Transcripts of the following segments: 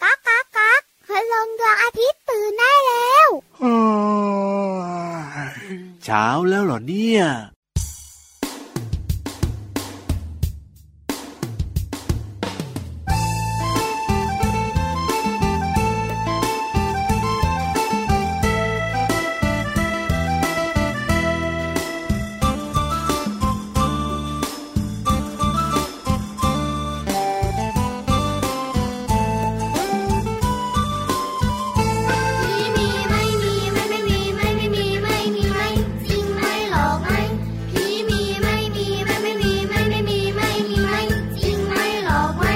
ก๊ากก๊ากก๊ากพลงดวงอาทิตย์ตื่นได้แล้ว เช้าแล้วเหรอเนี่ย มีมีไม่มีไม่ไม่มีไม่ไม่มีไม่มีไม่จริงไม่หลอกไม่ผีมีไม่มีไม่ไม่มีไม่ไม่มีไม่มีไม่จริงไม่หลอกไม่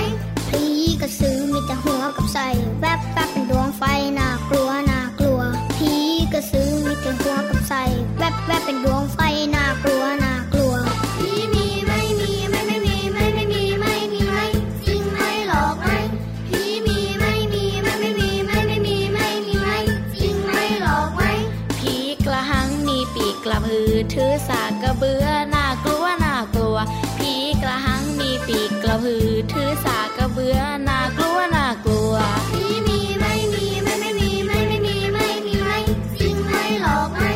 ผีกระสือมีแต่หัวกับไส้แวบแวบเป็นดวงไฟน่ากลัวน่ากลัวผีกระสือมีแต่หัวกับไส้แวบแวบเป็นดวงไฟน่ากลัวน่ากลัว ผีมีไม่มีไม่ไม่มีไม่ไม่มีไม่มีไม่จริงไม่หลอกไม่ผีมีไม่มีไม่ไม่มีไม่ไม่มีไม่มีไม่จริงไม่หลอกไม่ ผีกระหังมีปีกกระพือถือสากกระเบือน่ากลัวน่ากลัวผีกระหังมีปีกกระพือถือสากกระเบือน่ากลัวน่ากลัว ผีมีไม่มีไม่ไม่มีไม่ไม่มีไม่มีไม่จริงไม่หลอกไม่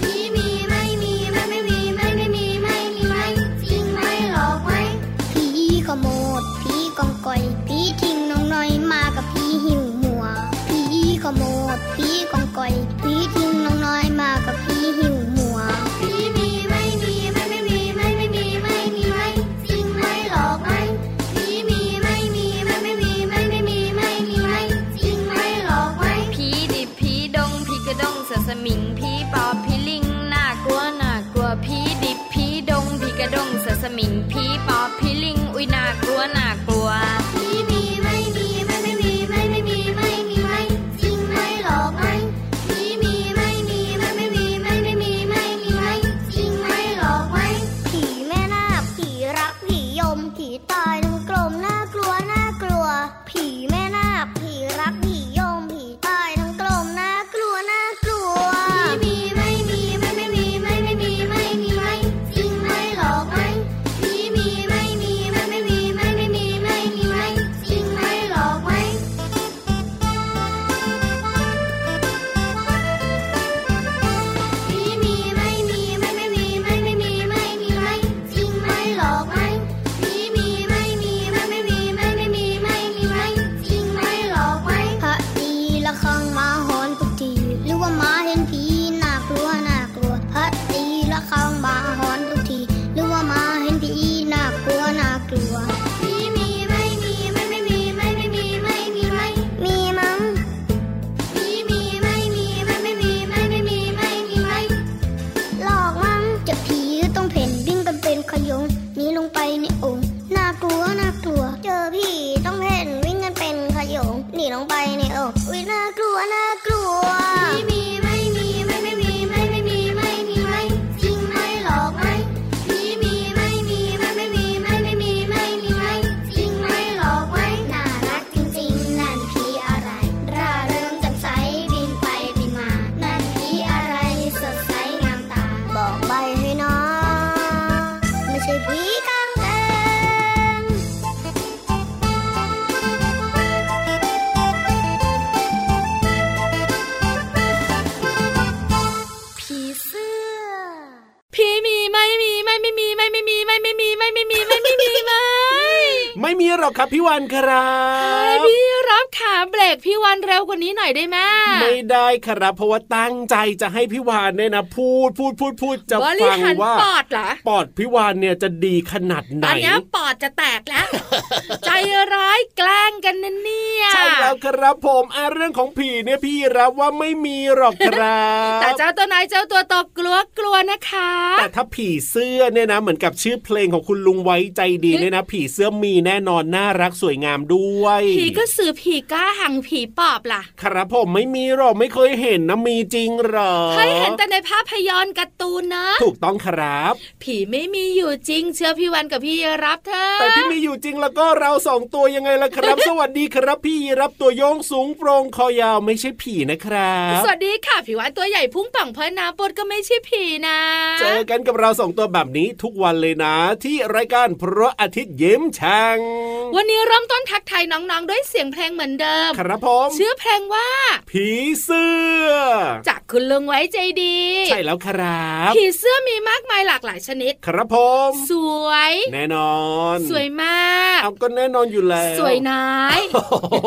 ผีมีไม่มีไม่ไม่มีไม่ไม่มีไม่มีไม่จริงไม่หลอกไม่ ผีขโมดผีกองก่อยผีทิ้งน้องน้อยมากับผีหิวหัวผีขโมดผีกองก่อยผีทิ้งน้องน้อยมากับผีหิวหัว ผีมีไม่มีไม่ไม่มีไม่ไม่มีไม่มีไม่จริงไม่หลอกไม่ผีมีไม่มีไม่ไม่มีไม่ไม่มีไม่มีไม่จริงไม่หลอกไม่ ผีดิบผีดงผีกระดงเสือสมิงผีปอบผีลิงน่ากลัวน่ากลัวผีดิบผีดงผีกระดงเสือสมิงผีปอบผีลิงอุ้ยน่ากลัวน่ากลัว ผีมีไม่มีไม่ไม่มีไม่ไม่มีไม่มีไม่จริงไม่หลอกไม่ผีมีไม่มีไม่ไม่มีไม่ไม่มีไม่มีไม่จริงไม่หลอกไม่ ผีแม่นาคผีรักผียม ผีตายทั้งกลมน่ากลัวน่ากลัว ผีแม่นาคผีรักผียม ผีตายทั้งกลมน่ากลัวน่ากลัว ผีไม่มีไม่ไม่มีไม่ไม่มีไม่มีไม่จริงไม่หลอกไม่ผีมีไม่มีไม่ไม่มีไม่ไม่มีไม่มีไม่จริงไม่หลอกไม่ผีมีไม่มีไม่ไม่มีไม่ไม่มีไม่มีไม่จริงไม่หลอกไม่ผีมีไม่มีไม่ไม่มีไม่ไม่มีไม่มีไม่จริงไม่หลอกไม่ พระดีละครังมาหอนทุกทีหรือว่าหมาเห็นผีน่ากลัวน่ากลัวพระดีละครังมาหอนทุกทีหรือว่าหมาเห็นผีน่ากลัวน่ากลัว ผีมีไม่มีไม่ไม่มีไม่ไม่มีไม่มีไม่ มีมั้ง ผีมีไม่มีไม่ไม่มีไม่ไม่มีไม่มีไม่ หลอกมั้งจะผีต้องเพ่นวิ่งกันเป็นขยงหนีลงไปในโองน่ากลัวน่ากลัว เจอผีต้องเพ่นวิ่งกันเป็นขยงหนีลงไปในโองอุ้ยน่ากลัวน่ากลัว ผีมีไม่มีไม่ไม่มีไม่ไม่มีไม่มีไม่จริงไม่หลอกไม่ผีมีไม่มีไม่ไม่มีไม่ไม่มีไม่มีไม่จริงไม่หลอกไม่ น่ารักจริงๆ นั่นผีอะไร ร่าเริงแจำใสบินไปบินมา นั่นผีอะไรสดใสงามตา บอกใบให้น้องไม่ใช่ผีกลางแดง ผีเสื้อ ผีมีไม่มีไม่ไม่มีไม่ไม่มีไม่ไม่มีไม่ไม่มีไม่ไม่มีไม่ ไม่มีหรอกครับพี่วันครั เอ้ย บ พี่รับขาเบรกพี่วันเร็วกว่านี้หน่อยได้ไหม ไม่ได้ครับ เพราะว่าตั้งใจจะให้พี่วานเนี่ยนะ พูดพูดพูดพูดจะ บริ ฟัง หาร ว่า ปอดเหรอ ปอดพี่วานเนี่ยจะดีขนาดไห ต น อนเนี้ยปอดจะแตกแล้ว ใจร้ายแกล้งกันนะเนี่ย ใช่แล้วครับผมอ่ะเรื่องของผีเนี่ยพี่รับว่าไม่มีหรอกครับ แต่เจ้าตัวนายเจ้าตัวตกกลัวกลัวนะคะ แต่ถ้าผีเสื้อเนี่ยนะ เหมือนกับชื่อเพลงของคุณลุงไว้ใจดีเนี่ยนะ ผีเสื้อมีแน่นอนน่ารักสวยงามด้วย ผีก็สือผีกล้าหังผีปอบล่ะ ครับผมไม่มีหรอกไม่เคยเห็นนะมีจริงหรอ เคยเห็นแต่ในภาพยนตร์การ์ตูนนะ ถูกต้องครับ ผีไม่มีอยู่จริง เชื่อพี่วันกับพี่รับเถอะ แต่ที่มีอยู่จริงแล้วก็เราสองตัวยังไงล่ะครับ สวัสดีครับพี่รับตัว ตัวโยงสูงโปรงคอยาวไม่ใช่ผีนะครับ สวัสดีค่ะผิววันตัวใหญ่พุ่งป่องเพลินน้ำปดก็ไม่ใช่ผีนะ เจอกันกับเราสองตัวแบบนี้ทุกวันเลยนะ ที่รายการพระอาทิตย์เยิ้มแฉ่ง วันนี้เริ่มต้นทักทายน้องๆ ด้วยเสียงเพลงเหมือนเดิม ครับผม ชื่อเพลงว่า ผีเสื้อ จากคุณลุงไว้ใจดี ใช่แล้วครับ ผีเสื้อมีมากมายหลากหลายชนิด ครับผม สวย แน่นอน สวยมาก เอาก็แน่นอนอยู่แล้ว สวยน้าย โอ้โห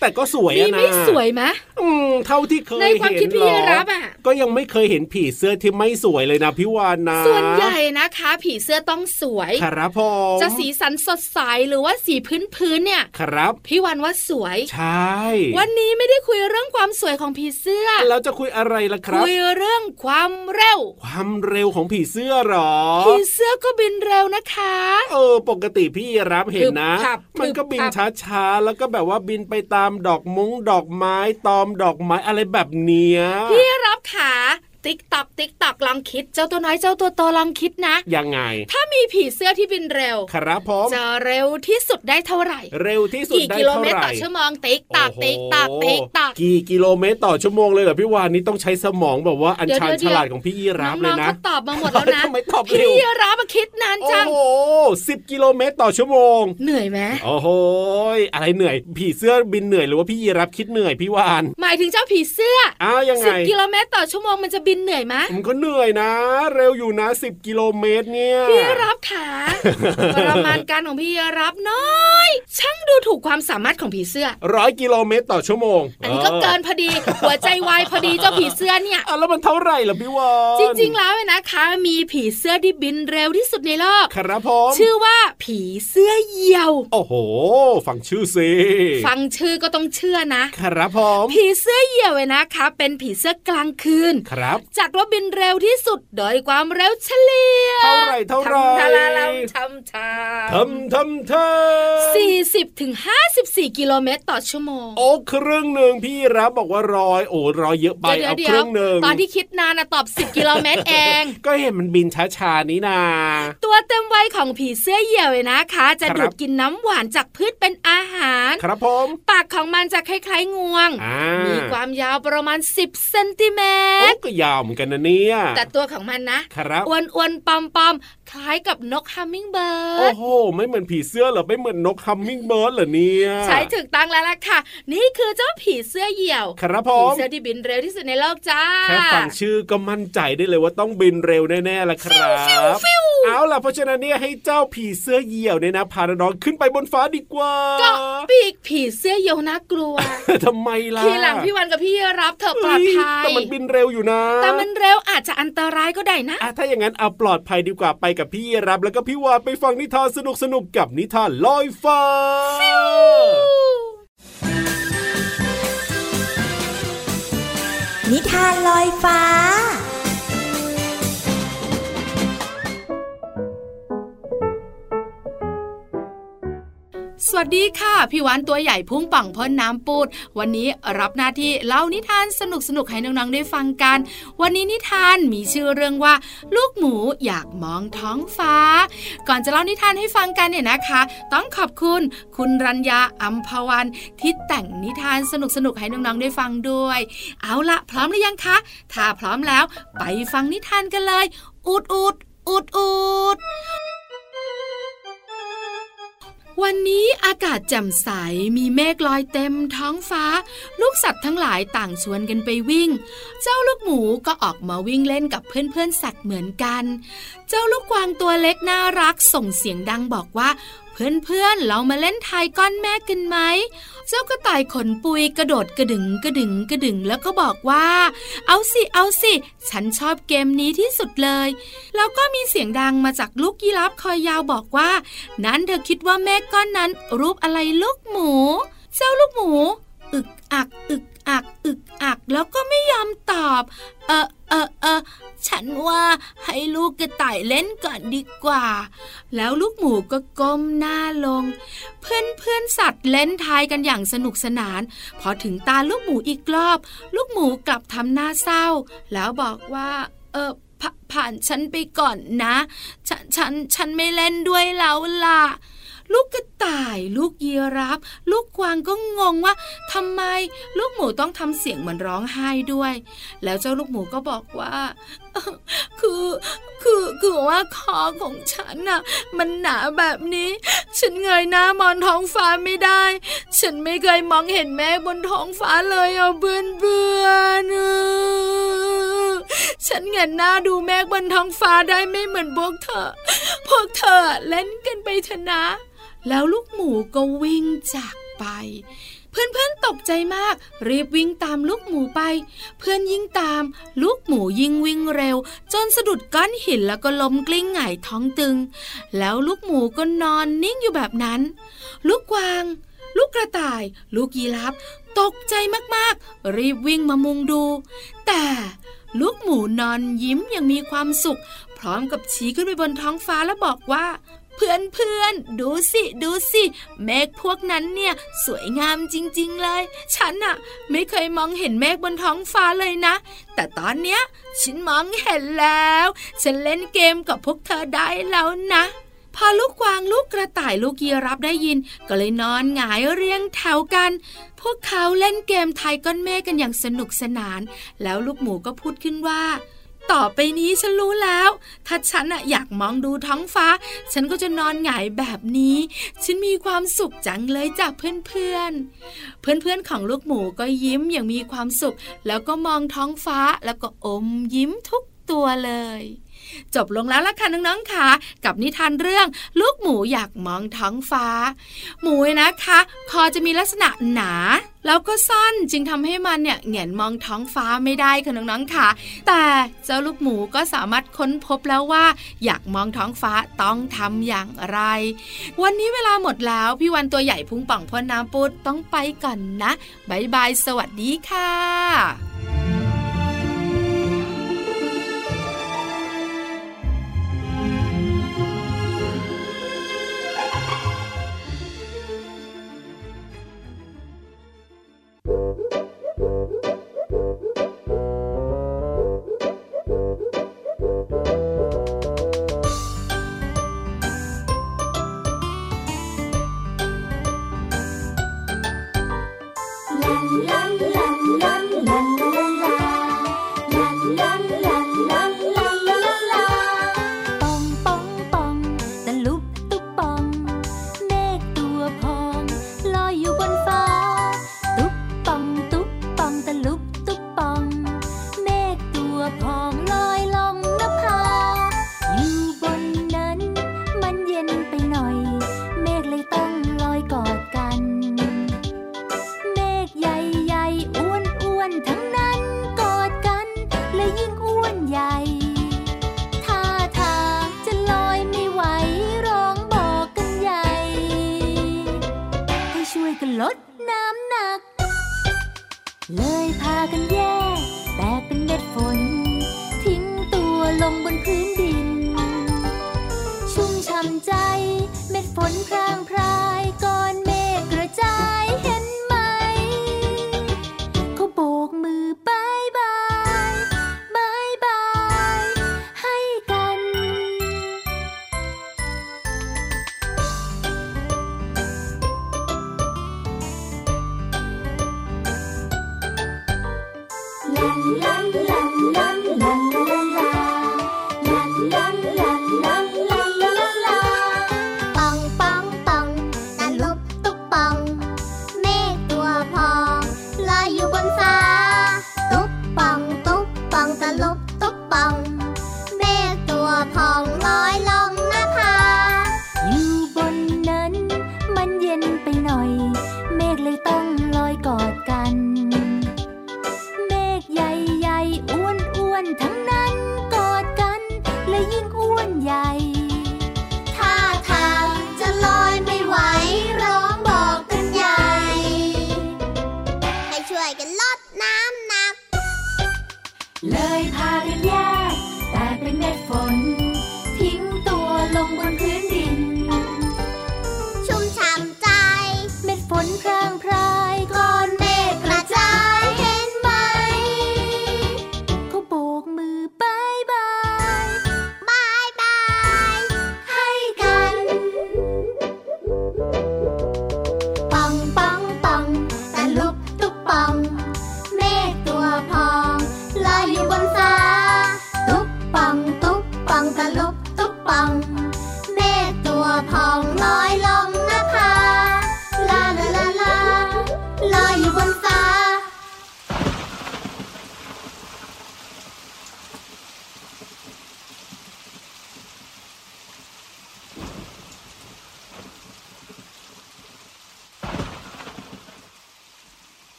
แต่ก็สวย มี อะนะ ไม่สวยไหม อืมเท่าที่เคย ในความคิดพี่ เห็นเหรอ รับอ่ะ ก็ยังไม่เคยเห็นผีเสื้อที่ไม่สวยเลยนะพี่วานนะ ส่วนใหญ่นะคะ ผีเสื้อต้องสวย ครับผม จะสีสันสดใสหรือว่าสีพื้นพื้นๆเนี่ย ครับ พี่วันว่าสวย ใช่ วันนี้ไม่ได้คุยเรื่องความสวยของผีเสื้อ แล้วจะคุยอะไรล่ะครับ คุยเรื่องความเร็ว ความเร็วของผีเสื้อเหรอ ผีเสื้อก็บินเร็วนะคะ เออปกติพี่รับเห็นนะ พึบพับ มันก็ พึบพับ บินช้าๆ แล้วก็แบบว่าบินไปตามดอกมุ้งดอกไม้ตอมดอกไม้อะไรแบบเนี้ย พี่รับขาติ๊กตอกติ๊กตอกลองคิด เจ้าตัวน้อยเจ้าตัวโตลองคิดนะ ยังไง ถ้ามีผีเสื้อที่บินเร็ว ครับผม จะเร็วที่สุดได้เท่าไหร่ เร็วที่สุด กี่ ได้ กิโล เท่า เมตร ไห ต่อ ร่ ชั่วโมงติ๊กตอก โอ้โห ติ๊กตอกติ๊กตอก กี่กิโลเมตรต่อชั่วโมงเลยเหรอพี่วานนี่ต้องใช้สมองแบบว่าอัญ เดี๋ยว ชันฉเดี๋ยว ลาดของพี่ยีรับเล น้อย งๆ นะ ก็ตอบมาหมดแล้วนะ ทำไมตอบเร็ว พี่รับมาคิดนาน โอ้ จัง โหสิบกิโลเมตรต่อชั่วโมง เหนื่อยไหม โอ้โหอะไรเหนื่อย ผีเสื้อบินเหนื่อยหรือว่าพี่ยีรับคิดเหนื่อยพี่วาน หมายถึงเจ้าผีเสื้อ อ้าวยังไง สิบกิโลเมตรต่อชั่วโมงมันจะบินเหนื่อยไหม มันก็เหนื่อยนะ เร็วอยู่นะ 10 กิโลเมตรเนี่ย พี่รับขาประมาณการของพี่รับน้อย ช่างดูถูกความสามารถของผีเสื้อ ร้อยกิโลเมตรต่อชั่วโมง อันนี้ก็เกินพอดี หัวใจวายพอดีเจ้าผีเสื้อเนี่ย อ่ะแล้วมันเท่าไหร่ล่ะพี่วอน จริงๆแล้วเนี่ยนะคะ มีผีเสื้อที่บินเร็วที่สุดในโลก ครับผม ชื่อว่าผีเสื้อเหยี่ยว โอ้โห ฟังชื่อสิ ฟังชื่อก็ต้องเชื่อนะ ครับผม ผีเสื้อเหยี่ยวเนี่ยนะคะ เป็นผีเสื้อกลางคืน ครับ จัดว่าบินเร็วที่สุดโดยความเร็วเฉลี่ย เท่าไหร่เท่าไหร่ ทำทาราลำทำทา ทำทำเธอ สี่สิบถึงห้าสิบสี่กิโลเมตรต่อชั่วโมง โอ้ครึ่งหนึ่งพี่รับบอกว่าร้อยโอ้ร้อยเยอะไปเอาครึ่งหนึ่ง ตอนที่คิดนานนะตอบสิบกิโลเมตรเอง ก็เห็นมันบินช้าๆนี่นา ตัวเต็มวัยของผีเสื้อเหยี่ยวเนี่ยนะคะ จะ ครับ ดูดกินน้ำหวานจากพืชเป็นอาหาร ครับผม ปากของมันจะคล้ายๆงวง อ่า มีความยาวประมาณ 10เซนติเม โอ้ ตร ก็ยาวเหมือนกันนะเนี่ย แต่ตัวของมันนะครับ อ้วนๆปอมๆคล้ายกับนกฮัมมิงเบิ โอ้ ร์ด โห ไม่เหมือนผีเสื้อเหรอ ไม่เหมือนนกฮัมมิงเบิร์ดเหรอเนี่ย ใช้ถึกตังแล้วล่ะค่ะ นี่คือเจ้าผีเสื้อเหยี่ยว ครับผ ผี ม เสื้อที่บินเร็วที่สุดในโลกจ้า แค่ฟังชื่อก็มั่นใจได้เลยว่าต้องบินเร็วแน่ๆละครับ ฟิวฟิว เอาล่ะเพราะฉะนั้นเนี่ยให้เจ้าผีเสื้อเหยี่ยวเนี่ยนะพาน้องๆขึ้นไปบนฟ้าดีกว่า เก็ปีกผีเสื้อเหยี่ยวน่ากลัว ทำไมล่ะ ทีหลังพี่วันกับพี่รับเถอะปลอดภัย เฮ้แต่มันบินเร็วอยู่นะ แต่มันเร็วอาจจะอันตรายก็ได้นะ อ่ะถ้าอย่างนั้นเอาปลอดภัยดีกว่าไปกับพี่รับ แล้วก็พี่วานไปฟังนิทานสนุกๆกับนิทานลอยฟ้า นิทานลอยฟ้า สวัสดีค่ะ พี่วันตัวใหญ่พุ่งป่องพ่นน้ำปูด วันนี้รับหน้าที่เล่านิทานสนุกๆให้น้องๆได้ฟังกัน วันนี้นิทานมีชื่อเรื่องว่า ลูกหมูอยากมองท้องฟ้า ก่อนจะเล่านิทานให้ฟังกันเนี่ยนะคะ ต้องขอบคุณคุณรัญญาอัมพวันที่แต่งนิทานสนุกๆให้น้องๆได้ฟังด้วย เอาละพร้อมหรือยังคะ ถ้าพร้อมแล้วไปฟังนิทานกันเลย อุดอุดอุดอุด วันนี้อากาศแจ่มใสมีเมฆลอยเต็มท้องฟ้า ลูกสัตว์ทั้งหลายต่างชวนกันไปวิ่ง เจ้าลูกหมูก็ออกมาวิ่งเล่นกับเพื่อนๆสัตว์เหมือนกัน เจ้าลูกกวางตัวเล็กน่ารักส่งเสียงดังบอกว่า เพื่อนๆเรามาเล่นทายก้อนแม่กันไหมเจ้ากระต่ายขนปุยกระโดดกระดึงกระดึงกระดึงแล้วก็บอกว่า เอาสิเอาสิ ฉันชอบเกมนี้ที่สุดเลย แล้วก็มีเสียงดังมาจากลูกยีราฟคอยยาวบอกว่า นั้นเธอคิดว่าแม่ก้อนนั้นรูปอะไรลูกหมู เจ้าลูกหมู อึกอัก อึกอัก อึกอัก แล้วก็ไม่ยอมตอบ เออเออเออฉันว่าให้ลูกกระต่ายเล่นก่อนดีกว่า แล้วลูกหมูก็ก้มหน้าลง เพื่อนเพื่อนสัตว์เล่นทายกันอย่างสนุกสนาน พอถึงตาลูกหมูอีกรอบ ลูกหมูกลับทำหน้าเศร้า แล้วบอกว่า เออผผ่านฉันไปก่อนนะ ฉันฉันฉันไม่เล่นด้วยแล้วล่ะ ลูกกระต่าย ลูกยีราฟลูกกวางก็งงว่าทำไมลูกหมูต้องทำเสียงเหมือนร้องไห้ด้วย แล้วเจ้าลูกหมูก็บอกว่า เอ่อคือคือคือว่าคอของฉันน่ะ มันหนาแบบนี้ ฉันเงยหน้ามองท้องฟ้าไม่ได้ ฉันไม่เคยมองเห็นแม่บนท้องฟ้าเลยอ่ะเบื่อเบื่อนๆอะ ฉันเงยหน้าดูแม่บนท้องฟ้าได้ไม่เหมือนพวกเธอ พวกเธอเล่นกันไปเถอะนะ แล้วลูกหมูก็วิ่งจากไป เพื่อนๆตกใจมาก รีบวิ่งตามลูกหมูไป เพื่อนยิ่งตาม ลูกหมูยิ่งวิ่งเร็ว จนสะดุดก้อนหินแล้วก็ล้มกลิ้งหงายท้องตึง แล้วลูกหมูก็นอนนิ่งอยู่แบบนั้น ลูกกวาง ลูกกระต่าย ลูกยีราฟตกใจมากๆ รีบวิ่งมามุงดู แต่ลูกหมูนอนยิ้มอยังมีความสุข พร้อมกับชี้ขึ้นไปบนท้องฟ้าแล้วบอกว่า เพื่อนเพื่อนๆดูสิ ดูสิเมฆพวกนั้นเนี่ย สวยงามจริง ๆ เลย ฉันอะไม่เคยมองเห็นเมฆบนท้องฟ้าเลยนะ แต่ตอนเนี้ยฉันมองเห็นแล้ว ฉันเล่นเกมกับพวกเธอได้แล้วนะ พอลูกกวางลูกกระต่ายลูกยีรับได้ยิน ก็เลยนอนหงายเรียงแถวกัน พวกเขาเล่นเกมไทายก้อนเมฆกันอย่างสนุกสนาน แล้วลูกหมูก็พูดขึ้นว่า ต่อไปนี้ฉันรู้แล้ว ถ้าฉันอะอยากมองดูท้องฟ้า ฉันก็จะนอนหงายแบบนี้ ฉันมีความสุขจังเลยจ้ะเพื่อนๆ เพื่อนๆของลูกหมูก็ยิ้มอย่างมีความสุข แล้วก็มองท้องฟ้าแล้วก็อมยิ้มทุกตัวเลย จบลงแล้วล่ะค่ะน้องๆค่ะกับนิทานเรื่องลูกหมูอยากมองท้องฟ้า หมูเนี่ยนะคะ คอจะมีลักษณะหนา แล้วก็สั้นจึงทำให้มันเนี่ยเหงียนมองท้องฟ้าไม่ได้ค่ะน้องๆค่ะ แต่เจ้าลูกหมูก็สามารถค้นพบแล้วว่า อยากมองท้องฟ้าต้องทำอย่างไร วันนี้เวลาหมดแล้ว พี่วันตัวใหญ่พุงป่องพ่นน้ำปุดต้องไปก่อนนะบายบายสวัสดีค่ะ ปองปองปองตะลุบตุบปอง เมฆตัวพองลอยอยู่บนฟ้า ตุบปองตุบปองตะลุบตุบปอง เมฆตัวพองลอยลงนภา อยู่บนนั้นมันเย็นไปหน่อย เมฆเลยต้องลอยกอดกัน เมฆใหญ่ๆอ้วนอ้วนๆทั้งนั้นกอดกันและยิ่งอ้วนใหญ่ ท่าทางจะลอยไม่ไหวร้องบอกกันใหญ่ ให้ช่วยกันลดน้ำหนัก เลยพากันแย่แตกเป็นเม็ดฝน ทิ้งตัวลงบนพื้นดิน ชุ่มช่ำใจเม็ดฝนพรางพรายก้อนเมฆกระจายเห็นไหม เขาโบกมือบายบายบายบาย ให้กัน ปองปองปองตะลุบตุกปอง เมฆตัวพองลอยอยู่บนฟ้า ตุกปองตุกปองตะลุบตุกปอง เมฆตัวพองลอยลงหน้าผา อยู่บนนั้นมันเย็นไปหน่อย เมฆเลยต้องลอยกอดกัน เมฆใหญ่ๆอ้วนอ้วนๆทั้งนั้นกอดกัน และยิ่งอ้วนใหญ่ ท่าทางจะลอยไม่ไหว ร้องบอกกันใหญ่ ให้ช่วยกันลดน้ำหนัก เลยพากันแยกแต่เป็นเม็ดฝน ทิ้งตัวลงบนพื้นดิน ชุ่มฉ่ำใจ เม็ดฝนพรางพรายก้อนเมฆกระจ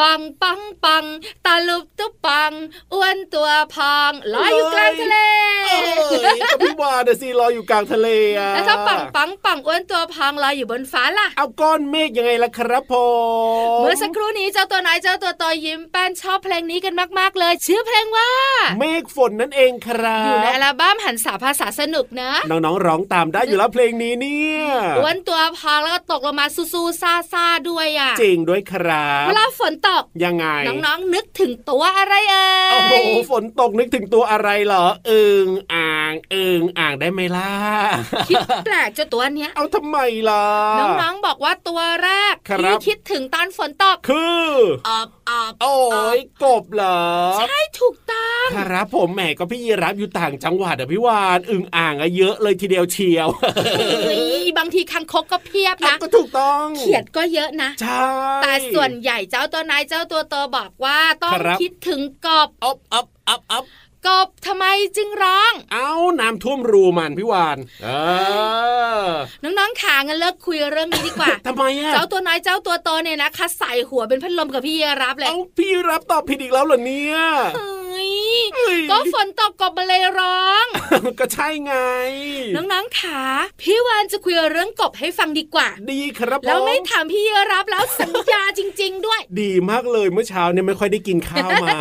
ปังปังปังตาลุบตุบปังอ้วนตัวพองลอยอยู่กลางทะเล เอ้ยก็พี่วานน่ะสิลอยอยู่กลางทะเลอ่ะ แล้วถ้าปังปังปังอ้วนตัวพองลอยอยู่บนฟ้าล่ะ เอาก้อนเมฆยังไงล่ะครับผม เมื่อสักครู่นี้เจ้าตัวไหนเจ้าตัวต่อยยิ้มแป้นชอบเพลงนี้กันมาก ๆ เลย ชื่อเพลงว่า เมฆฝนนั่นเองครั อยู่ใน บ อัลบั้มหันสาภาษาสนุกนะ น้องๆร้องตามได้อยู่แล้วเพลงนี้เนี่ย อ้วนตัวพองแล้วก็ตกลงมาซู้ๆซาซาๆด้วยอ่ะ จริงด้วยครับ เวลาฝนตก ยังไง น้องๆนึกถึงตัวอะไรเอ่ โอ้โห ย ฝนตกนึกถึงตัวอะไรเหรอเอิงอ่างเอิงอ่างได้ไหมล่ะ คิดแปลกเจ้าตัวเนี้ย เอาทำไมล่ะ น้องๆบอกว่าตัวแรก ครับ ที่คิดถึงตอนฝนตก คือ ออบออบ โอ้ยกบเหรอ ใช่ถูกต้อง ครับผมแหมก็พี่ยีรับอยู่ต่างจังหวัดอะพี่วานอึ่งอ่างอะเยอะเลยทีเดียวเชียว เฮ้ยบางทีคังคกก็เพียบนะ ก็ถูกต้อง เขียดก็เยอะนะ ใช่ แต่ส่วนใหญ่เจ้าตัวนายเจ้าตัวโตบอกว่าต้อง ครับ คิดถึงกบ อับอับอับอับ กบทำไมจึงร้อง เอาน้ำท่วมรูมันพี่วานเออ น้องๆขางั้นเลิกคุยเรื่องนี้ดีกว่า ทำไมอะ เจ้าตัวนายเจ้าตัวโตเนี่ยนะคะใส่หัวเป็นพัดลมกับพี่รับเลย เอาพี่รับตอบผิดอีกแล้วเหรอเนี่ย เฮ้ย เฮ้ย ก็ฝนตกกบมาเลยร้อง ก็ใช่ไง น้องๆขาพี่วานจะคุยเรื่องกบให้ฟังดีกว่า ดีครับ แล้ว ผ ไม่ถามพี่รับแล้วสัญญาจริง ๆ ด้วย ดีมากเลยเมื่อเช้าเนี่ยไม่ค่อยได้กินข้าว มา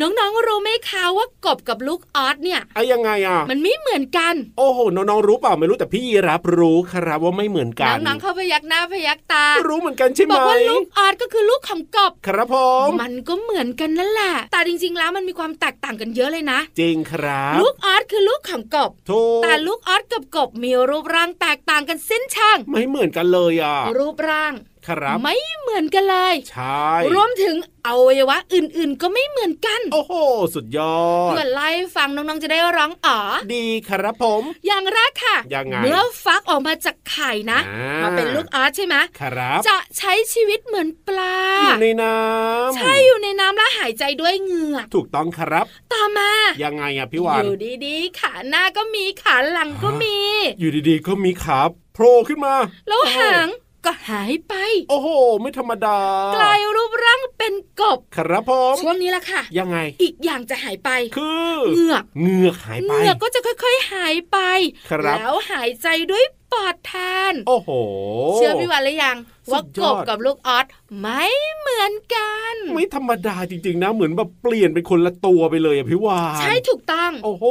น้องๆรู้ไหมคะว่ากบกับลูกออสเนี่ย ไอ้ยังไงอ่ะ มันไม่เหมือนกัน โอ้โห น้องๆรู้เปล่าไม่รู้แต่พี่ยีรับรู้ครับว่าไม่เหมือนกัน น้องๆเขาพยักหน้าพยักตา รู้เหมือนกันใช่ไหม บอกว่าลูกออดก็คือลูกของกบ ครับผม มันก็เหมือนกันนั่นแหละ แต่จริงๆ แล้วมันมีความแตกต่างกันเยอะเลยนะ จริงครับ ลูกออดคือลูกของกบ ถูก แต่ลูกออดกับกบมีรูปร่างแตกต่างกันสิ้นเช่าง ไม่เหมือนกันเลยอ่ะ รูปร่าง ครับ ไม่เหมือนกันเลย ใช่ รวมถึงอวัยวะอื่นๆ ก็ไม่เหมือนกัน โอ้โห สุดยอด เกิดไล่าให้ฟังน้องๆ จะได้ร้องอ๋อ ดีครับผม อย่างแรกค่ะ ยังไง เมื่อฟักออกมาจากไข่นะ อ่าม มาเป็นลูกออดใช่ไหม ครับ จะใช้ชีวิตเหมือนปลา อยู่ในน้ำ ใช่อยู่ในน้ำและหายใจด้วยเหงือก ถูกต้องครับ ต่อมา ยังไงอ่ะพี่วาน อยู่ดีๆ ขาหน้าก็มีขาหลังก็มี อยู่ดีๆก็มีขาโผล่ขึ้นมา แล้วหางก็หายไป โอ้โห ไม่ธรรมดาก ลายรูปร่างเป็นกบ ครับผม ช่วงนี้แหละค่ะ ยังไง อีกอย่างจะหายไป คือ เหงือก เหงือกหาย เห ไป งือกก็จะค่อย ๆ หายไป ครับ แล้วหายใจด้วยปอดแทน โอ้โห เชื่อพี่วันหรือยัง สุ ว่า ดย ก อด บกับลูกออสไม่เหมือนกัน ไม่ธรรมดาจริงๆนะเหมือนแบบเปลี่ยนเป็นคนละตัวไปเลยอะพี่วาน ใช่ถูกต้อง โอ้โห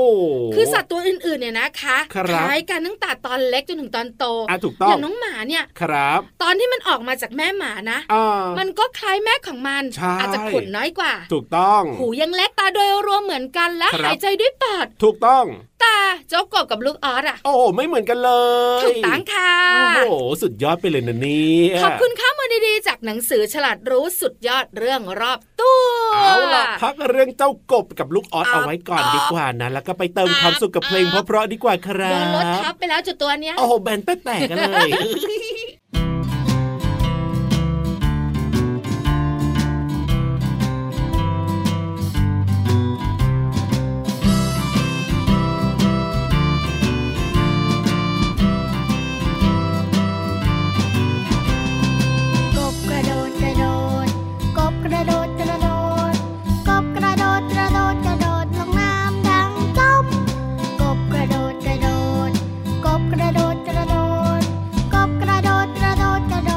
คือสัตว์ตัวอื่นๆเนี่ยนะคะ ครับ คล้ายกันตั้งแต่ตอนเล็กจนถึงตอนโต อ่ะถูก อ ต้อง ย่างน้องหมาเนี่ย ครับ ตอนที่มันออกมาจากแม่หมานะ อ่า มันก็คล้ายแม่ของมัน ใช่ อาจจะขนน้อยกว่า ถูกต้อง หูยังเล็กตาโดยรวมเหมือนกันและ ครับ หายใจด้วยปอด ถูกต้อง แต่เจ้ากบกับลูกออสอะ โอ้โหไม่เหมือนกันเลย ถูกตังค่ะ โอ้โหสุดยอดไปเลยนะเนี่ย ขอบคุณข้อมูลดีๆ จากหนังสือฉลาดรู้สุดยอดเรื่องรอบตัว เอาล่ะพักเรื่องเจ้ากบกับลูกออสเอาไว้ก่อนดีกว่านะ แล้วก็ไปเติมความสุขกับเพลงเพราะๆดีกว่าครั โดนรถทั บบ ไปแล้วเจุดตัวเนี้ย โอ้โหแบนแตกๆกันเลย กบกระโดดกระโดด กบกระโดดกระโดด กบกระโดดกระโดดกระโดดลงน้ำดังจ้อมกบกระโดดกระโดด กบกระโดดกระโดด กบกระโด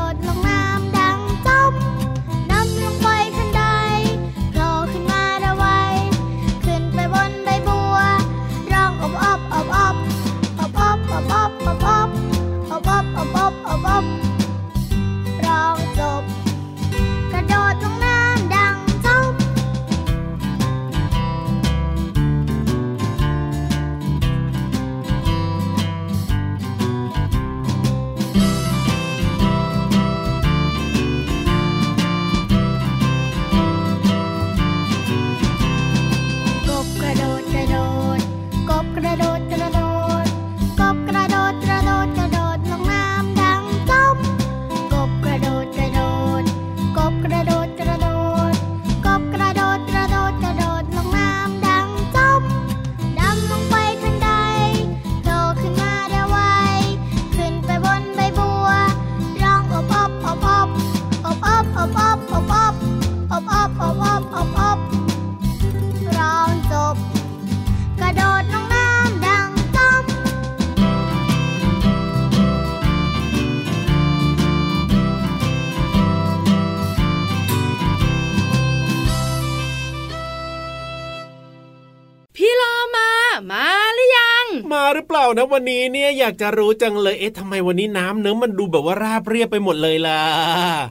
หรือเปล่านะวันนี้เนี่ยอยากจะรู้จังเลยเอ๊ะทำไมวันนี้น้ำเนื้อะมันดูแบบว่าราบเรียบไปหมดเลยล่ะ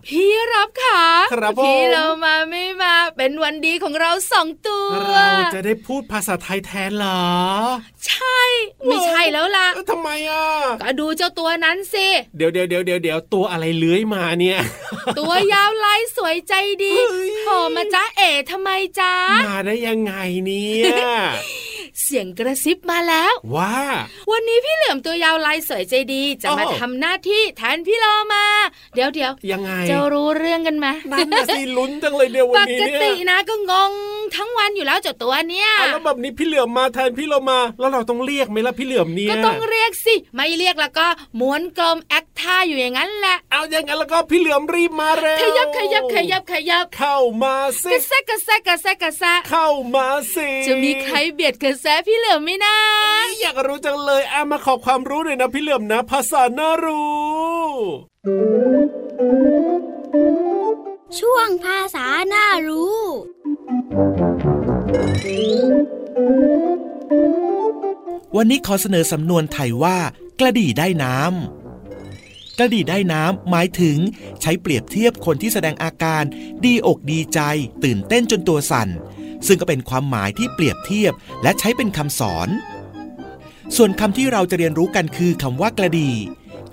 พี่รับค่ะ ครับผม พี่เรามาไม่มาเป็นวันดีของเราสองตัว เราจะได้พูดภาษาไทยแทนเหรอ ใช่ ไม่ใช่แล้วล่ะ เอ้าทำไมอ่ะ ก็ดูเจ้าตัวนั้นสิ เดี๋ยวเดี๋ยวเดี๋ยวเดี๋ยวเดี๋ยวตัวอะไรเลื้อยมาเนี่ย ตัวยาวลายสวยใจดี เฮ้ย โผล่มาจ้าเอ๋ทำไมจ้า มาได้ยังไงเนี่ย เสียงกระซิบมาแล้ว ว่า วันนี้พี่เหลือมตัวยาวลายสวยใจดี จะ อ้าว มาทำหน้าที่แทนพี่โลมา เดี๋ยวเดี๋ยว ยังไง จะรู้เรื่องกันไหม นั่นน่ะสิ ลุ้นจังเลยเดี๋ยววั ป น ก นี้เนี่ย ตินะก็งงทั้งวันอยู่แล้วเจ้าตัวเนี้ย อ่ะแล้วแบบนี้พี่เหลือมมาแทนพี่เรามา แล้วเราต้องเรียกไหมล่ะพี่เหลือมเนี่ย ก็ต้องเรียกสิ ไม่เรียกแล้วก็ม้วนกลมแอคท่าอยู่อย่างนั้นแหละ เอาอย่างนั้นแล้วก็พี่เหลือมรีบมาเร็ว ขยับขยับขยับขยับ เข้ามาสิ กระแซะกระแซะกระแซะกระแซะ เข้ามาสิ จะมีใครเบียดกระแซะพี่เหลือมไหมนะ อยากรู้จังเลยอ่ะมาขอความรู้หน่อยนะพี่เหลือมนะ ภาษาน่ารู้ ช่วงภาษาหน้ารู้ วันนี้ขอเสนอสำนวนไทยว่า กระดี่ได้น้ำ กระดี่ได้น้ำหมายถึง ใช้เปรียบเทียบคนที่แสดงอาการ ดีอกดีใจ ตื่นเต้นจนตัวสั่น ซึ่งก็เป็นความหมายที่เปรียบเทียบ และใช้เป็นคำสอน ส่วนคำที่เราจะเรียนรู้กันคือคำว่ากระดี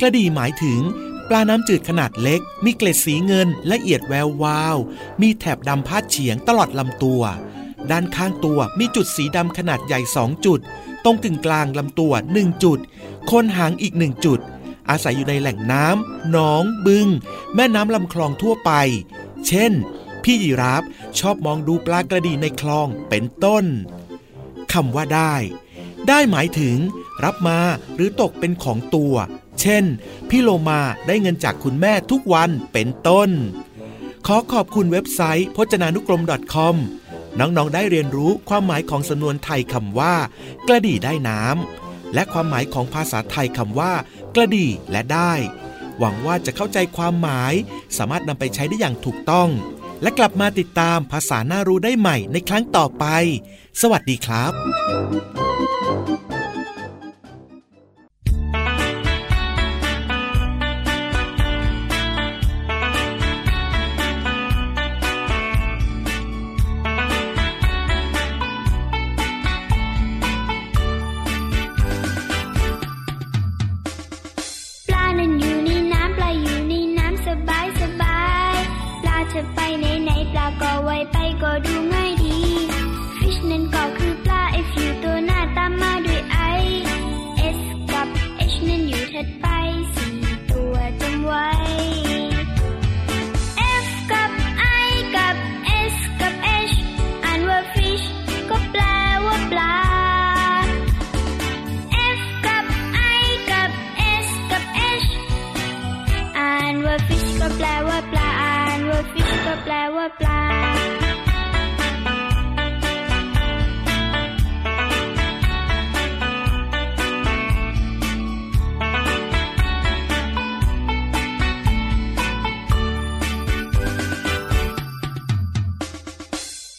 กระดีหมายถึง ปลาน้ำจืดขนาดเล็ก มีเกล็ดสีเงินละเอียดแวววาว มีแถบดำพาดเฉียงตลอดลำตัว ด้านข้างตัวมีจุดสีดำขนาดใหญ่ 2 จุด ตรงกึ่งกลางลำตัว 1 จุดโคนหางอีก 1 จุด อาศัยอยู่ในแหล่งน้ำหนอง บึง แม่น้ำลำคลองทั่วไป เช่น พี่ยีราฟชอบมองดูปลากระดีในคลองเป็นต้นคำว่าได้ ได้หมายถึง รับมาหรือตกเป็นของตัว เช่น พี่โลมาได้เงินจากคุณแม่ทุกวันเป็นต้น ขอขอบคุณเว็บไซต์พจนานุกรม .com น้อง ๆ ได้เรียนรู้ความหมายของสำนวนไทยคำว่า กระดี่ได้น้ำ และความหมายของภาษาไทยคำว่า กระดี่และได้ หวังว่าจะเข้าใจความหมาย สามารถนำไปใช้ได้อย่างถูกต้อง และกลับมาติดตามภาษาหน้ารู้ได้ใหม่ในครั้งต่อไป สวัสดีครับ ปลานั่นอยู่ในน้ำปลาอยู่ในน้ำสบายสบายปลาจะไปไหนไหนปลาก็ไวไปก็ดูง่ายดี Fish นั้นก็คือปลา F U ตัวหน้าตามมาด้วยไอ S กับ H นั้นอยู่ถัดไปสี่ตัวจำไว้ F กับ I กับ S กับ H อ่านว่า Fish ก็แปลว่าปลา F กับ I กับ S กับ H อ่านว่า fish ก็แปลว่าปลา อ่านว่า fish ก็แปลว่าปลา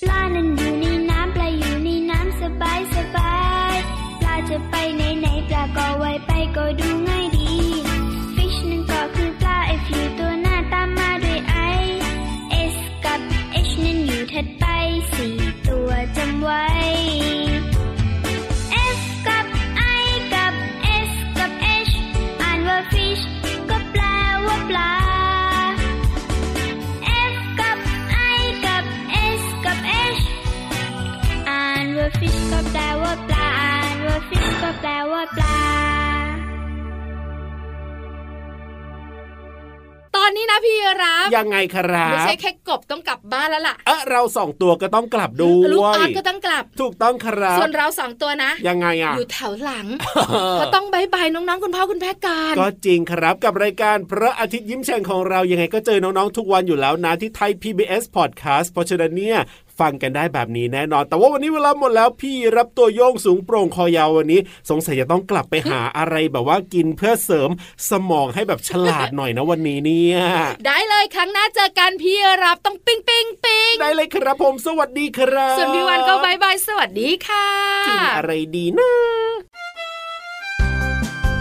ปลานั้นอยู่ในน้ำปลาอยู่ในน้ำสบายสบายปลาจะไปไหนไหนปลาก็ไวไปก็ดูง่ายดี Fish นั้นก็คือปลา F U ตัวหน้าตามมาด้วย I S กับ H นั้นอยู่ถัดไปสี่ตัวจำไว้ F กับ I กับ S กับ H อ่านว่า Fish ก็แปลว่าปลา F กับ I กับ S กับ H อ่านว่า fish ก็แปลว่าปลา อ่านว่า fish ก็แปลว่าปลา ตอนนี้นะพี่รับ ยังไงครับ ไม่ใช่แค่กบต้องกลับบ้านแล้วล่ะ เอะเราสองตัวก็ต้องกลับด้ ลูก ว ออด ย ก็ต้องกลับ ถูกต้องครับ ส่วนเราสองตัวนะ ยังไงอ่ะ อยู่แถวหลั ง ก็ต้องบายบายน้องๆ คุณพ่อคุณแม่กัน ก็จริงครับกับรายการพระอาทิตย์ยิ้มแฉ่งของเรายังไงก็เจอน้องๆ ทุกวันอยู่แล้วนะที่ไทย PBS Podcast เพราะฉะนั้นเนี่ยฟังกันได้แบบนี้แน่นอน แต่ว่าวันนี้เวลาหมดแล้วพี่รับตัวโยงสูงโปร่งคอยาววันนี้ สงสัยจะต้องกลับไปหาอะไรแบบว่ากินเพื่อเสริมสมองให้แบบฉลาดหน่อยนะวันนี้เนี่ย ได้เลยครั้งหน้าเจอกันพี่รับต้องปิ้งปิ้งปิ้ง ได้เลยครับผมสวัสดีครับ ส่วนพี่วันก็บายบายสวัสดีค่ะ กินอะไรดีนะ พ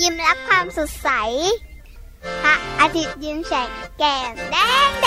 ยิ้มรับความสดใส พระอาทิตย์ยิ้มแฉกแก้มแดงแ